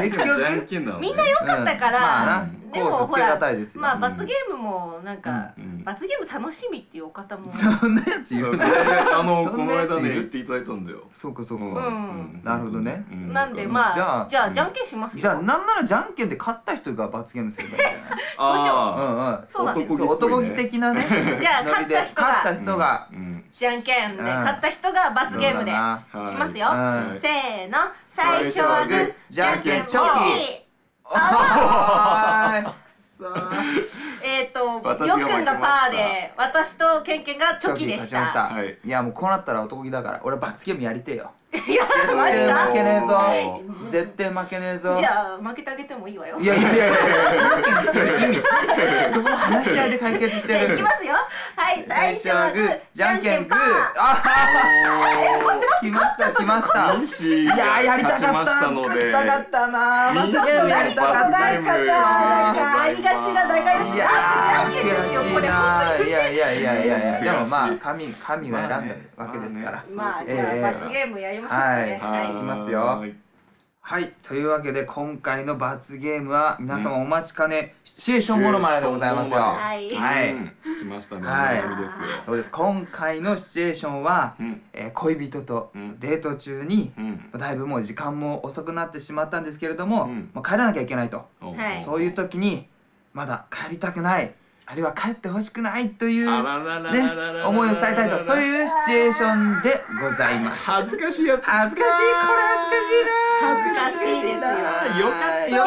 [SPEAKER 1] 結局
[SPEAKER 3] じゃんけんなのね
[SPEAKER 2] みんなよかったから、
[SPEAKER 1] うんまあな
[SPEAKER 2] でも
[SPEAKER 1] こうつ
[SPEAKER 2] ほ
[SPEAKER 1] けが
[SPEAKER 2] ら
[SPEAKER 1] たいですよ
[SPEAKER 2] まあ罰ゲームもなんか、
[SPEAKER 3] うんうん
[SPEAKER 2] 罰ゲーム楽しみっていうお方も、
[SPEAKER 1] そんなやついる
[SPEAKER 3] い
[SPEAKER 1] ね。
[SPEAKER 3] やいやあの
[SPEAKER 1] そ
[SPEAKER 3] こ
[SPEAKER 1] んな
[SPEAKER 3] の
[SPEAKER 1] やついる
[SPEAKER 3] 間ね言っていただいたんだよ。
[SPEAKER 1] そうかそうか。
[SPEAKER 2] ん
[SPEAKER 1] なるほどね
[SPEAKER 3] うん
[SPEAKER 2] なんで
[SPEAKER 3] う
[SPEAKER 2] まあ
[SPEAKER 1] じ
[SPEAKER 2] じ
[SPEAKER 1] ゃあ
[SPEAKER 2] ゃあじゃんけんしますよ
[SPEAKER 1] じゃあなんならじゃんけんで勝った人が罰ゲームすればいいんじゃない
[SPEAKER 2] そうしよう
[SPEAKER 3] あ
[SPEAKER 1] うんうん
[SPEAKER 2] そうなんです
[SPEAKER 1] そう男気的なね
[SPEAKER 2] [LAUGHS] じゃあ
[SPEAKER 1] ノリ
[SPEAKER 2] 勝っ
[SPEAKER 1] で
[SPEAKER 2] た人が
[SPEAKER 1] 勝った
[SPEAKER 3] ー
[SPEAKER 1] 人が
[SPEAKER 3] うんうん
[SPEAKER 2] じゃんけん
[SPEAKER 1] う
[SPEAKER 2] で
[SPEAKER 1] ん
[SPEAKER 2] 勝った人が罰ゲームで
[SPEAKER 1] あ
[SPEAKER 3] はい
[SPEAKER 2] きますよ、
[SPEAKER 1] うん
[SPEAKER 2] せーの最初はグー
[SPEAKER 1] じゃんけんチョーくそー
[SPEAKER 2] えっ、と
[SPEAKER 3] 私
[SPEAKER 2] よ
[SPEAKER 3] が
[SPEAKER 2] っ
[SPEAKER 3] 負
[SPEAKER 2] く
[SPEAKER 3] けました
[SPEAKER 2] んがパーで私とけんけんがチョキでした
[SPEAKER 1] 勝ちま
[SPEAKER 3] はい
[SPEAKER 1] いやもうこうなったら男気だから俺罰ゲームやりてえよ
[SPEAKER 2] いやマジ
[SPEAKER 1] 絶対負
[SPEAKER 2] か
[SPEAKER 1] けねえ
[SPEAKER 2] [LAUGHS]
[SPEAKER 1] ぞ絶対負けねえぞ
[SPEAKER 2] じゃあ負けてあげてもいいわよ
[SPEAKER 1] いやいやい
[SPEAKER 3] [LAUGHS]
[SPEAKER 1] やいやじゃんけんする意味そこも話し合いで解決して
[SPEAKER 2] じゃあい
[SPEAKER 1] る
[SPEAKER 2] きますよはい最
[SPEAKER 1] 最初はグーじゃんけんグーあー来ました来ました
[SPEAKER 3] ミッシー
[SPEAKER 1] いやーやりたかった
[SPEAKER 3] 勝
[SPEAKER 1] 勝ち
[SPEAKER 3] ちま
[SPEAKER 1] た
[SPEAKER 3] した
[SPEAKER 1] か
[SPEAKER 3] の
[SPEAKER 1] っ
[SPEAKER 3] で
[SPEAKER 1] たなー
[SPEAKER 3] み
[SPEAKER 1] 罰
[SPEAKER 3] ん
[SPEAKER 1] ゲ
[SPEAKER 3] な
[SPEAKER 1] ームやりたかった
[SPEAKER 3] や
[SPEAKER 2] なん
[SPEAKER 3] り
[SPEAKER 2] か
[SPEAKER 3] た
[SPEAKER 2] さなんかありがちな大
[SPEAKER 3] あり
[SPEAKER 2] 概
[SPEAKER 3] がと
[SPEAKER 2] の
[SPEAKER 1] い
[SPEAKER 3] うございます
[SPEAKER 1] や
[SPEAKER 2] あ
[SPEAKER 1] ー
[SPEAKER 2] じゃんけんですよこれ
[SPEAKER 1] 悔しいないやいやいやいやいやでもま
[SPEAKER 3] 悔
[SPEAKER 1] あ
[SPEAKER 3] し
[SPEAKER 1] 神
[SPEAKER 3] い
[SPEAKER 1] 神は選んだわけですから、
[SPEAKER 2] まあ
[SPEAKER 1] ええ
[SPEAKER 2] じゃあ罰ゲームやりましょうかね
[SPEAKER 1] はい
[SPEAKER 2] はい
[SPEAKER 1] きますよ
[SPEAKER 3] はい
[SPEAKER 1] はいというわけで今回の罰ゲームは皆様お待ちかね、シチュエーションものまねでございますよ
[SPEAKER 3] は
[SPEAKER 2] はい
[SPEAKER 1] はい
[SPEAKER 3] うん来ましたね。
[SPEAKER 1] はい
[SPEAKER 3] 悩みですよ。
[SPEAKER 1] そうです今回のシチュエーションは、
[SPEAKER 3] うん
[SPEAKER 1] えー恋人と
[SPEAKER 3] うん
[SPEAKER 1] デート中に
[SPEAKER 3] うん。
[SPEAKER 1] だいぶもう時間も遅くなってしまったんですけれども、
[SPEAKER 3] うん
[SPEAKER 1] もう帰らなきゃいけないと、
[SPEAKER 3] お
[SPEAKER 2] はい
[SPEAKER 1] そういう時にまだ帰りたくないあるいは帰ってほしくないという
[SPEAKER 3] あららららららら
[SPEAKER 1] ね、思いを伝えたいとそういうシチュエーションでございます恥
[SPEAKER 3] 恥ずかしいやつ。
[SPEAKER 1] ずかしいこれ恥ずかしいな
[SPEAKER 2] 恥ずかしいですよ
[SPEAKER 1] よよ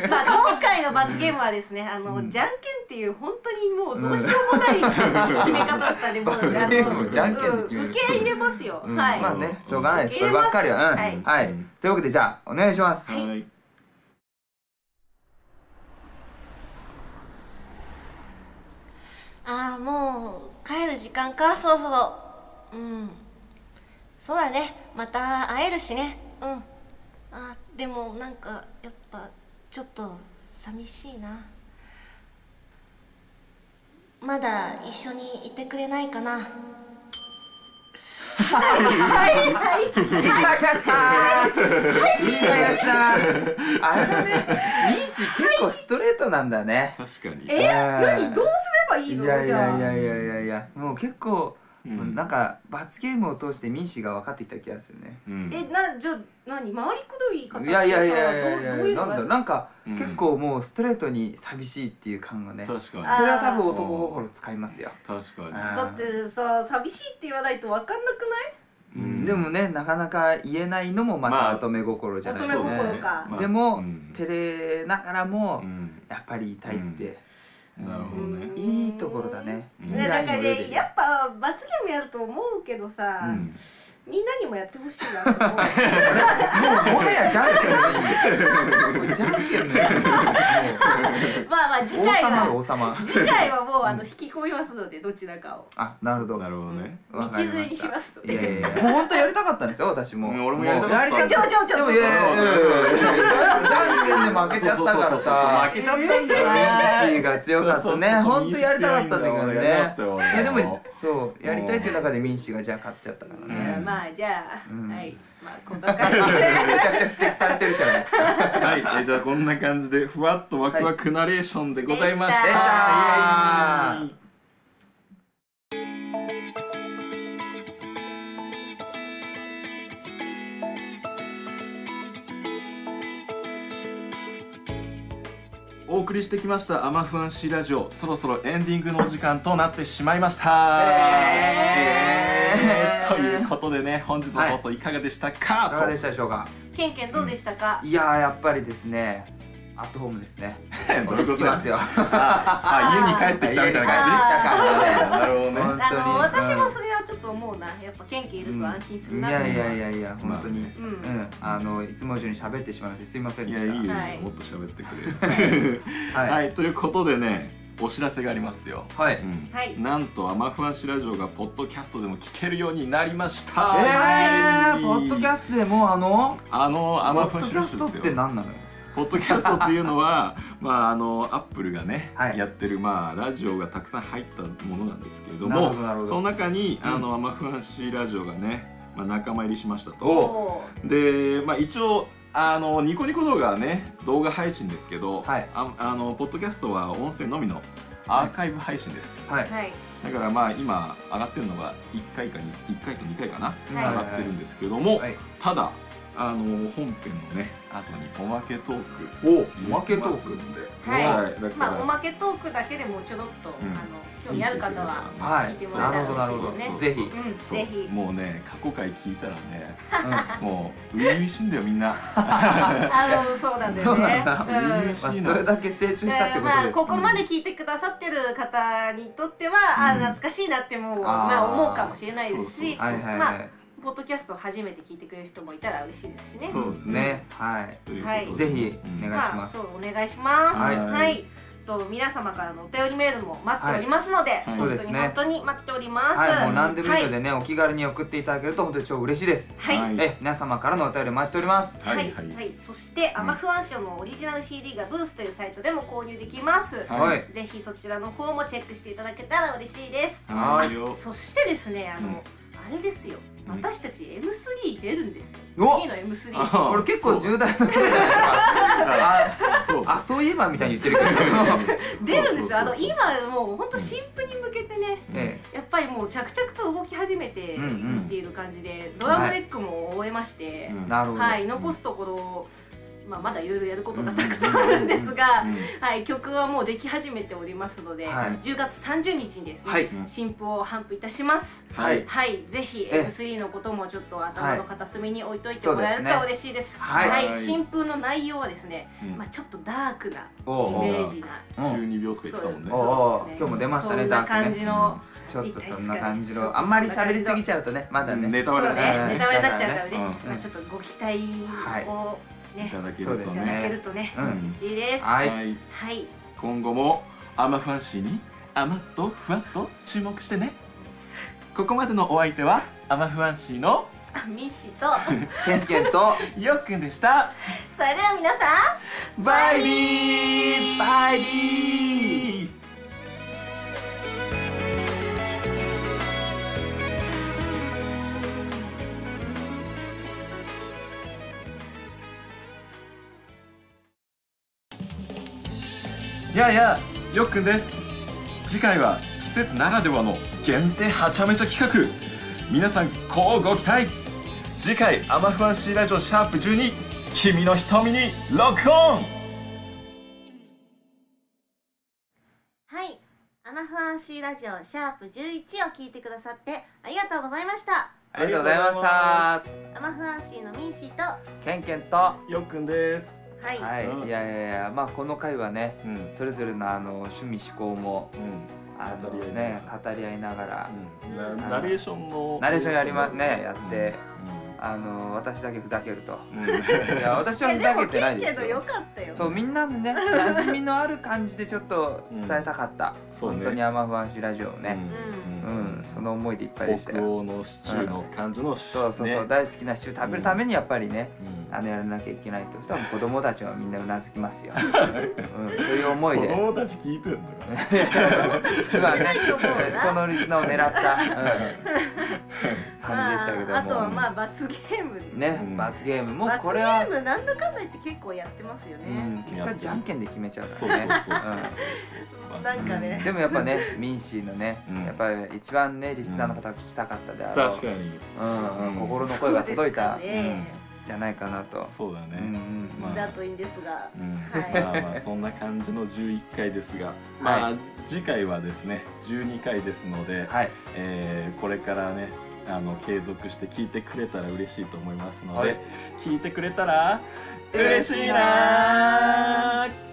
[SPEAKER 2] い
[SPEAKER 1] [LAUGHS]
[SPEAKER 2] やでも
[SPEAKER 1] かっ
[SPEAKER 2] まあ今回の罰ゲームはですね、あの、じゃんけんっていう本当にもうどうしようもない決め方だったんで、もう
[SPEAKER 1] 罰ゲ
[SPEAKER 2] あ
[SPEAKER 1] ーム
[SPEAKER 2] の
[SPEAKER 1] をじゃんけんで決める
[SPEAKER 2] うん受け入れますよ。
[SPEAKER 1] うん
[SPEAKER 2] はい。
[SPEAKER 1] まあねしょうがないですこればっかりはう
[SPEAKER 2] 入
[SPEAKER 1] んは
[SPEAKER 2] れ
[SPEAKER 1] い、
[SPEAKER 2] ま
[SPEAKER 3] うん
[SPEAKER 1] というわけでじゃあお願いします、
[SPEAKER 3] はい。
[SPEAKER 5] ああもう帰る時間かそろそろうんそうだねまた会えるしねうんあーでもなんかやっぱちょっと寂しいなまだ一緒にいてくれないか
[SPEAKER 2] [LAUGHS]
[SPEAKER 5] な
[SPEAKER 1] いただきましたいいただきましたあれだねミーシー結構ストレートなんだね
[SPEAKER 3] 確かに。
[SPEAKER 2] え、
[SPEAKER 1] うん
[SPEAKER 2] 何どうすればいい
[SPEAKER 1] い
[SPEAKER 2] の？
[SPEAKER 1] やい
[SPEAKER 2] じゃ
[SPEAKER 1] や
[SPEAKER 2] あ
[SPEAKER 1] いやいやいやいやもう結構、
[SPEAKER 3] うん
[SPEAKER 1] もうなんか罰ゲームを通してミーシーが分かってきた気がするね
[SPEAKER 3] うん
[SPEAKER 2] え、なじゃあ何回りくどい方
[SPEAKER 1] いやいやいやいやい
[SPEAKER 2] どうどうい
[SPEAKER 1] や
[SPEAKER 2] うのが
[SPEAKER 1] なんだろうなんか、
[SPEAKER 3] うん
[SPEAKER 1] 結構もうストレートに寂しいっていう感がねそ
[SPEAKER 3] 確かに。
[SPEAKER 2] あ
[SPEAKER 1] れは多分男心使いますよ、
[SPEAKER 3] 確かに。
[SPEAKER 1] あ
[SPEAKER 2] だってさ寂しいって言わないと分かんなくない？
[SPEAKER 3] うん
[SPEAKER 1] でもねなかなか言えないのもま
[SPEAKER 3] ま
[SPEAKER 1] た
[SPEAKER 3] あ
[SPEAKER 1] 乙女心じゃないです
[SPEAKER 2] 乙女心か
[SPEAKER 1] でも、
[SPEAKER 3] うん
[SPEAKER 1] 照れながらも、
[SPEAKER 3] うん
[SPEAKER 1] やっぱり痛いって、
[SPEAKER 3] なるほどね。
[SPEAKER 1] いいところだね、
[SPEAKER 3] うん
[SPEAKER 1] いい
[SPEAKER 2] ね、な
[SPEAKER 1] ライ
[SPEAKER 2] ん
[SPEAKER 1] ンの
[SPEAKER 2] か
[SPEAKER 1] 上で
[SPEAKER 2] ね、やっぱ罰ゲームやると思うけどさ、
[SPEAKER 3] うん
[SPEAKER 2] みんなにもやってほしいなと
[SPEAKER 1] [LAUGHS]
[SPEAKER 2] 思う。
[SPEAKER 1] もうもはやじゃんけんの意味もうじゃんけんの意
[SPEAKER 2] まあまあ次
[SPEAKER 1] 味もう王
[SPEAKER 2] 回
[SPEAKER 1] 様よ
[SPEAKER 2] は
[SPEAKER 1] 王様
[SPEAKER 2] 次回はもうあの引き込みますのでどちらかを。
[SPEAKER 1] あなるほど
[SPEAKER 3] なるほどね。
[SPEAKER 2] 道連れにしますの
[SPEAKER 1] いや
[SPEAKER 2] で。
[SPEAKER 1] いやいやもう本当やりたかったんですよ私も
[SPEAKER 3] うん俺もやりたかった
[SPEAKER 1] もうやり
[SPEAKER 2] ちょちょちょ
[SPEAKER 1] でもいやいやいやいやいやいやじゃんけんで負けちゃったからさ
[SPEAKER 3] そうそうそうそう負けちゃったんだよ
[SPEAKER 1] ミッシ
[SPEAKER 3] ね。
[SPEAKER 1] ーが強かったね
[SPEAKER 3] そうそうそう
[SPEAKER 1] 本当やりたかったんだけどね
[SPEAKER 3] ミッシー強いんだよ俺やりたかったよ俺
[SPEAKER 1] いやでもそうやりたいっていう中でミンシーがじゃあ勝っちゃったから
[SPEAKER 3] う
[SPEAKER 1] ね
[SPEAKER 3] ん
[SPEAKER 2] まあじゃあ、
[SPEAKER 1] ん
[SPEAKER 2] はいまあこんな感じで。
[SPEAKER 1] [LAUGHS] めちゃくちゃ不適されてるじゃないですか
[SPEAKER 3] はい、えーじゃあこんな感じでふわっとワクワクナレーションでございまし。
[SPEAKER 2] でした
[SPEAKER 1] でし
[SPEAKER 3] お送りしてきました「アマフアンシーラジオ」そろそろエンディングのお時間となってしまいました、
[SPEAKER 1] えー
[SPEAKER 3] えーということでね本日の放送いかがでした
[SPEAKER 1] い
[SPEAKER 3] か、
[SPEAKER 1] かがでし
[SPEAKER 3] と
[SPEAKER 1] たでしょうか
[SPEAKER 2] ケンケンどうでしたか？
[SPEAKER 1] いやーやっぱりですねアットホームですね
[SPEAKER 3] ど
[SPEAKER 1] 落
[SPEAKER 3] ういう
[SPEAKER 1] ち
[SPEAKER 3] こ
[SPEAKER 1] 着き
[SPEAKER 3] と
[SPEAKER 1] ますよ
[SPEAKER 3] あ家に帰ってきたみたいな感
[SPEAKER 1] 家に帰ってきた
[SPEAKER 3] じ
[SPEAKER 1] 感じ
[SPEAKER 3] なるほどね
[SPEAKER 1] 本
[SPEAKER 2] あ
[SPEAKER 1] 当に
[SPEAKER 2] の私もそれはちょっと思うな。やっぱケンケンいると安心するな。
[SPEAKER 1] うんいやいやいやいや本当に、
[SPEAKER 3] まあね
[SPEAKER 1] う
[SPEAKER 2] うんん
[SPEAKER 1] あのいつも以上に喋ってしまいましてすいません
[SPEAKER 3] い
[SPEAKER 1] でし
[SPEAKER 3] やいい
[SPEAKER 1] た
[SPEAKER 3] よ、いいよ
[SPEAKER 2] はい
[SPEAKER 3] もっと喋ってくれ
[SPEAKER 1] は
[SPEAKER 3] はいいということでねお知らせがありますよ
[SPEAKER 1] はい、
[SPEAKER 3] うん
[SPEAKER 2] はい
[SPEAKER 3] なんとアマフアシラジオがポッドキャストでも聞けるようになりました
[SPEAKER 1] え
[SPEAKER 3] は
[SPEAKER 1] ー、
[SPEAKER 3] い
[SPEAKER 1] ポッドキャストでもうあの
[SPEAKER 3] あのア
[SPEAKER 1] ポ
[SPEAKER 3] マフ
[SPEAKER 1] ッ
[SPEAKER 3] ア
[SPEAKER 1] ド
[SPEAKER 3] シ
[SPEAKER 1] キ
[SPEAKER 3] ラ
[SPEAKER 1] ャ
[SPEAKER 3] ジ
[SPEAKER 1] ス
[SPEAKER 3] オ
[SPEAKER 1] ト
[SPEAKER 3] で
[SPEAKER 1] っ
[SPEAKER 3] すよ
[SPEAKER 1] て何なのよ
[SPEAKER 3] ポッドキャストっていうのはまああのアップルがね、
[SPEAKER 1] はい
[SPEAKER 3] やってるまあラジオがたくさん入ったものなんですけれど
[SPEAKER 1] なる
[SPEAKER 3] も
[SPEAKER 1] ほどなるほど
[SPEAKER 3] その中にあの、アマフアンシーラジオがね、まあ、仲間入りしましたと。
[SPEAKER 1] お
[SPEAKER 2] お
[SPEAKER 3] で、まあ、一応あのニコニコ動画はね動画配信ですけど、
[SPEAKER 1] はい
[SPEAKER 3] ああのポッドキャストは音声のみのアーカイブ配信です、
[SPEAKER 1] はい
[SPEAKER 2] ーはい
[SPEAKER 3] だからまあ今上がってるのが1回かに1回と2回かな、
[SPEAKER 1] はい
[SPEAKER 3] 上がってるんですけども、
[SPEAKER 1] はい
[SPEAKER 3] ただあの本編のね後におまけトーク
[SPEAKER 1] お
[SPEAKER 3] お
[SPEAKER 1] おまけトーク
[SPEAKER 3] で、
[SPEAKER 2] はい
[SPEAKER 3] だから、
[SPEAKER 2] まあおまけトークだけでもちょろっと、
[SPEAKER 3] ん
[SPEAKER 2] あの興味ある方は。
[SPEAKER 1] はい
[SPEAKER 2] 聞いてもら
[SPEAKER 1] なる
[SPEAKER 2] え
[SPEAKER 1] ほ
[SPEAKER 2] た
[SPEAKER 1] ど
[SPEAKER 2] ら
[SPEAKER 1] な
[SPEAKER 2] 嬉
[SPEAKER 1] る
[SPEAKER 2] しい
[SPEAKER 1] ほ
[SPEAKER 2] で
[SPEAKER 1] ど
[SPEAKER 2] すね
[SPEAKER 1] ぜひ、
[SPEAKER 2] うん
[SPEAKER 3] そう
[SPEAKER 2] ぜひ。
[SPEAKER 3] もうね過去回聞いたらね
[SPEAKER 1] う
[SPEAKER 3] もう初々しいんだよみんな
[SPEAKER 2] あのそうなんだよね。
[SPEAKER 1] そうなんだ
[SPEAKER 2] うん
[SPEAKER 1] んまあ、それだけ成長し
[SPEAKER 2] え
[SPEAKER 1] たって
[SPEAKER 2] ー
[SPEAKER 1] ことです、
[SPEAKER 2] まあ、ここまで聞いてくださってる方にとっては、あ
[SPEAKER 3] うん
[SPEAKER 2] 懐かしいなってもう
[SPEAKER 1] あー
[SPEAKER 2] まあ、思うかもしれないですし
[SPEAKER 3] そうそう
[SPEAKER 1] はいはい
[SPEAKER 2] ま
[SPEAKER 1] は
[SPEAKER 2] あ、
[SPEAKER 1] い、
[SPEAKER 2] ポッドキャストを初めて聞いてくれる人もいたら嬉しいですしね
[SPEAKER 3] そうですね
[SPEAKER 1] ねはい
[SPEAKER 3] ということで
[SPEAKER 2] はい
[SPEAKER 1] ぜひお願いし
[SPEAKER 2] ま
[SPEAKER 1] ま
[SPEAKER 2] あ
[SPEAKER 1] す
[SPEAKER 2] そうお願いします
[SPEAKER 1] はい
[SPEAKER 2] はいと皆様からのお便りメールも待っておりますので、
[SPEAKER 3] い
[SPEAKER 1] そう
[SPEAKER 2] 本
[SPEAKER 1] で
[SPEAKER 2] 当
[SPEAKER 1] す
[SPEAKER 2] に
[SPEAKER 1] ね
[SPEAKER 2] 本当に待っております。
[SPEAKER 1] はい、もう何でもいいの
[SPEAKER 2] は
[SPEAKER 1] でね、お気軽に送っていただけると本当に超嬉しいです。
[SPEAKER 2] はい
[SPEAKER 3] はい
[SPEAKER 1] え、皆様からのお便りお待ちしております。
[SPEAKER 2] は
[SPEAKER 3] はいい
[SPEAKER 2] は
[SPEAKER 3] はいい
[SPEAKER 2] そして「アマフアンショ」のオリジナル CD がブースというサイトでも購入できます、
[SPEAKER 3] はい
[SPEAKER 1] はい、
[SPEAKER 2] ぜひそちらの方もチェックしていただけたら嬉しいです
[SPEAKER 1] はい
[SPEAKER 3] はいよ
[SPEAKER 2] そしてですねあの、
[SPEAKER 3] うん
[SPEAKER 2] あれですよ
[SPEAKER 3] うん
[SPEAKER 2] 私たち M3 出るんですよ
[SPEAKER 1] お
[SPEAKER 2] 次の M3
[SPEAKER 3] あ
[SPEAKER 2] は
[SPEAKER 3] ー
[SPEAKER 1] 俺結構
[SPEAKER 3] そう
[SPEAKER 1] 重大なことじゃないですか。あ、
[SPEAKER 3] そう
[SPEAKER 1] あ、そういえばみたいに言ってるけど。
[SPEAKER 2] [LAUGHS] 出るんですよあの
[SPEAKER 3] そうそうそう
[SPEAKER 2] 今もう本当新婦に向けてね
[SPEAKER 1] え
[SPEAKER 2] やっぱりもう着々と動き始めて
[SPEAKER 1] うんうん
[SPEAKER 2] っていう感じで、ドラムネックも終えまして、
[SPEAKER 3] う
[SPEAKER 1] え、
[SPEAKER 3] ん
[SPEAKER 1] なるほど。
[SPEAKER 2] はい、残すところ、まあ、まだいろいろやることがたくさんあるんですが、はい、曲はもうでき始めておりますので、
[SPEAKER 1] はい
[SPEAKER 2] 10月30日にですね、
[SPEAKER 1] はい
[SPEAKER 2] 新譜を頒布いたします。
[SPEAKER 1] はい
[SPEAKER 2] はい、ぜひ
[SPEAKER 1] え
[SPEAKER 2] M3 のこともちょっと頭の片隅に置いといてもらえると
[SPEAKER 1] はい
[SPEAKER 2] 嬉しいです。
[SPEAKER 1] はい
[SPEAKER 3] はい
[SPEAKER 2] 新風の内容はですね、
[SPEAKER 3] うん
[SPEAKER 2] まあちょっとダークな
[SPEAKER 1] お
[SPEAKER 2] イメ
[SPEAKER 1] おう。
[SPEAKER 2] ージな、
[SPEAKER 1] うん
[SPEAKER 3] 中二病とか言ってたもんね
[SPEAKER 1] おうおう今日も出ましたね
[SPEAKER 2] そんな
[SPEAKER 1] ダーク
[SPEAKER 2] 感
[SPEAKER 1] ね
[SPEAKER 2] じの、
[SPEAKER 1] ちょっとそんな感じ
[SPEAKER 2] ちょっとそんな感
[SPEAKER 1] の
[SPEAKER 2] じ
[SPEAKER 1] あんまり喋りすぎちゃうとねまだ
[SPEAKER 3] うん
[SPEAKER 1] ね
[SPEAKER 3] ネタ
[SPEAKER 2] そ
[SPEAKER 3] バ
[SPEAKER 2] うね
[SPEAKER 3] レだから
[SPEAKER 1] うん
[SPEAKER 2] ネ
[SPEAKER 3] ね
[SPEAKER 2] タバレになっちゃうからね、
[SPEAKER 3] う
[SPEAKER 2] まあちょっとご期待を
[SPEAKER 3] い
[SPEAKER 2] ね、
[SPEAKER 3] ただけ
[SPEAKER 1] そう
[SPEAKER 3] る
[SPEAKER 1] で
[SPEAKER 3] と
[SPEAKER 1] す
[SPEAKER 2] いただけ
[SPEAKER 3] ね
[SPEAKER 2] るとね、
[SPEAKER 1] うん
[SPEAKER 2] 嬉しいです。
[SPEAKER 1] はい
[SPEAKER 3] はい
[SPEAKER 2] はい
[SPEAKER 3] 今後もアマファンシーにアマッとふわっと注目してねここまでのお相手はアマファンシーの
[SPEAKER 2] あミッシー
[SPEAKER 1] [LAUGHS]
[SPEAKER 2] と
[SPEAKER 1] ケンケンと
[SPEAKER 3] よっくんでした
[SPEAKER 2] それでは皆さん
[SPEAKER 3] バイビー
[SPEAKER 1] バイビー
[SPEAKER 3] やあやあよっくんです次回は季節ならではの限定はちゃめちゃ企画皆さんこうご期待次回アマフアンシーラジオシャープ12君の瞳にロックオン
[SPEAKER 5] はい。アマフアンシーラジオシャープ11を聞いてくださってありがとうございました。
[SPEAKER 1] ありがとうございました
[SPEAKER 5] アマフアンシーのミンシーと、は
[SPEAKER 1] ケンケンとはい
[SPEAKER 3] よっくんです
[SPEAKER 5] い。
[SPEAKER 3] うん
[SPEAKER 1] いやいやいやまあこの回はね
[SPEAKER 3] うんうん
[SPEAKER 1] それぞれのあの趣味嗜好もあの
[SPEAKER 3] 語り合いなが
[SPEAKER 1] ね語り合いながら
[SPEAKER 3] うんなナレーションの
[SPEAKER 1] ナレーションやりまねやって
[SPEAKER 3] うん
[SPEAKER 1] あの私だけふざけると
[SPEAKER 3] うんうん
[SPEAKER 1] いや私はふ
[SPEAKER 2] いや
[SPEAKER 1] ざ
[SPEAKER 2] でも
[SPEAKER 1] けてな
[SPEAKER 2] ケ
[SPEAKER 1] い
[SPEAKER 2] ン
[SPEAKER 1] で
[SPEAKER 2] ケン
[SPEAKER 1] す
[SPEAKER 2] の良
[SPEAKER 1] よ
[SPEAKER 2] かったよ。
[SPEAKER 1] そうみんなのね馴染みのある感じでちょっと伝えたかった
[SPEAKER 3] んそうね
[SPEAKER 1] 本当にアマフアンシラジオをね
[SPEAKER 3] うん
[SPEAKER 1] うん、その思いでいっぱいでした
[SPEAKER 3] 北
[SPEAKER 1] よ。
[SPEAKER 3] 欧のシチューの感じのシチュ
[SPEAKER 1] そうそうそう、
[SPEAKER 3] ね
[SPEAKER 1] 大好きな人食べるためにやっぱりね、
[SPEAKER 3] うん
[SPEAKER 1] あのやらなきゃいけないとしたらもう子供たちはみんなうなずきます
[SPEAKER 3] [LAUGHS]
[SPEAKER 1] よ。うん、そういう思い
[SPEAKER 3] 子
[SPEAKER 1] で。
[SPEAKER 3] 供たち聞いてんだから
[SPEAKER 1] 実はね、そのリスナーを狙った、う
[SPEAKER 3] [LAUGHS]
[SPEAKER 1] ん、感じでしたけども。
[SPEAKER 2] あとはまあ罰ゲーム。
[SPEAKER 1] ね
[SPEAKER 3] う、ん
[SPEAKER 1] 罰ゲームもう
[SPEAKER 2] 罰ゲ
[SPEAKER 1] これは
[SPEAKER 2] ー、ムなんだかんだ言って結構やってますよ
[SPEAKER 1] う
[SPEAKER 2] ね。
[SPEAKER 1] ん、結果じゃんけんで決めちゃう
[SPEAKER 3] そ
[SPEAKER 1] か
[SPEAKER 3] うそう
[SPEAKER 1] ら
[SPEAKER 3] そう
[SPEAKER 1] ね。
[SPEAKER 3] そう
[SPEAKER 2] なんか
[SPEAKER 1] う
[SPEAKER 2] ね
[SPEAKER 1] んでもやっぱね、ミンシーのね、
[SPEAKER 3] うん
[SPEAKER 1] やっぱり一番ね、リスナーの方が聞きたかったであろう。
[SPEAKER 3] 確かに
[SPEAKER 1] うん、うん、
[SPEAKER 3] うん
[SPEAKER 1] 心の声が届いた
[SPEAKER 2] そうですかね
[SPEAKER 1] んじゃないかなと。
[SPEAKER 3] そうだ
[SPEAKER 1] うんう
[SPEAKER 3] ね
[SPEAKER 1] ん
[SPEAKER 3] まあ
[SPEAKER 2] だといいんですが。
[SPEAKER 3] うん
[SPEAKER 2] はい
[SPEAKER 3] まあまあそんな感じの11回ですがまあ次回はですね12回ですので
[SPEAKER 1] はい、
[SPEAKER 3] えーこれからねあの継続して聞いてくれたら嬉しいと思いますので、
[SPEAKER 1] はい
[SPEAKER 3] 聞いてくれたら
[SPEAKER 1] 嬉しいな
[SPEAKER 3] 嬉しいなー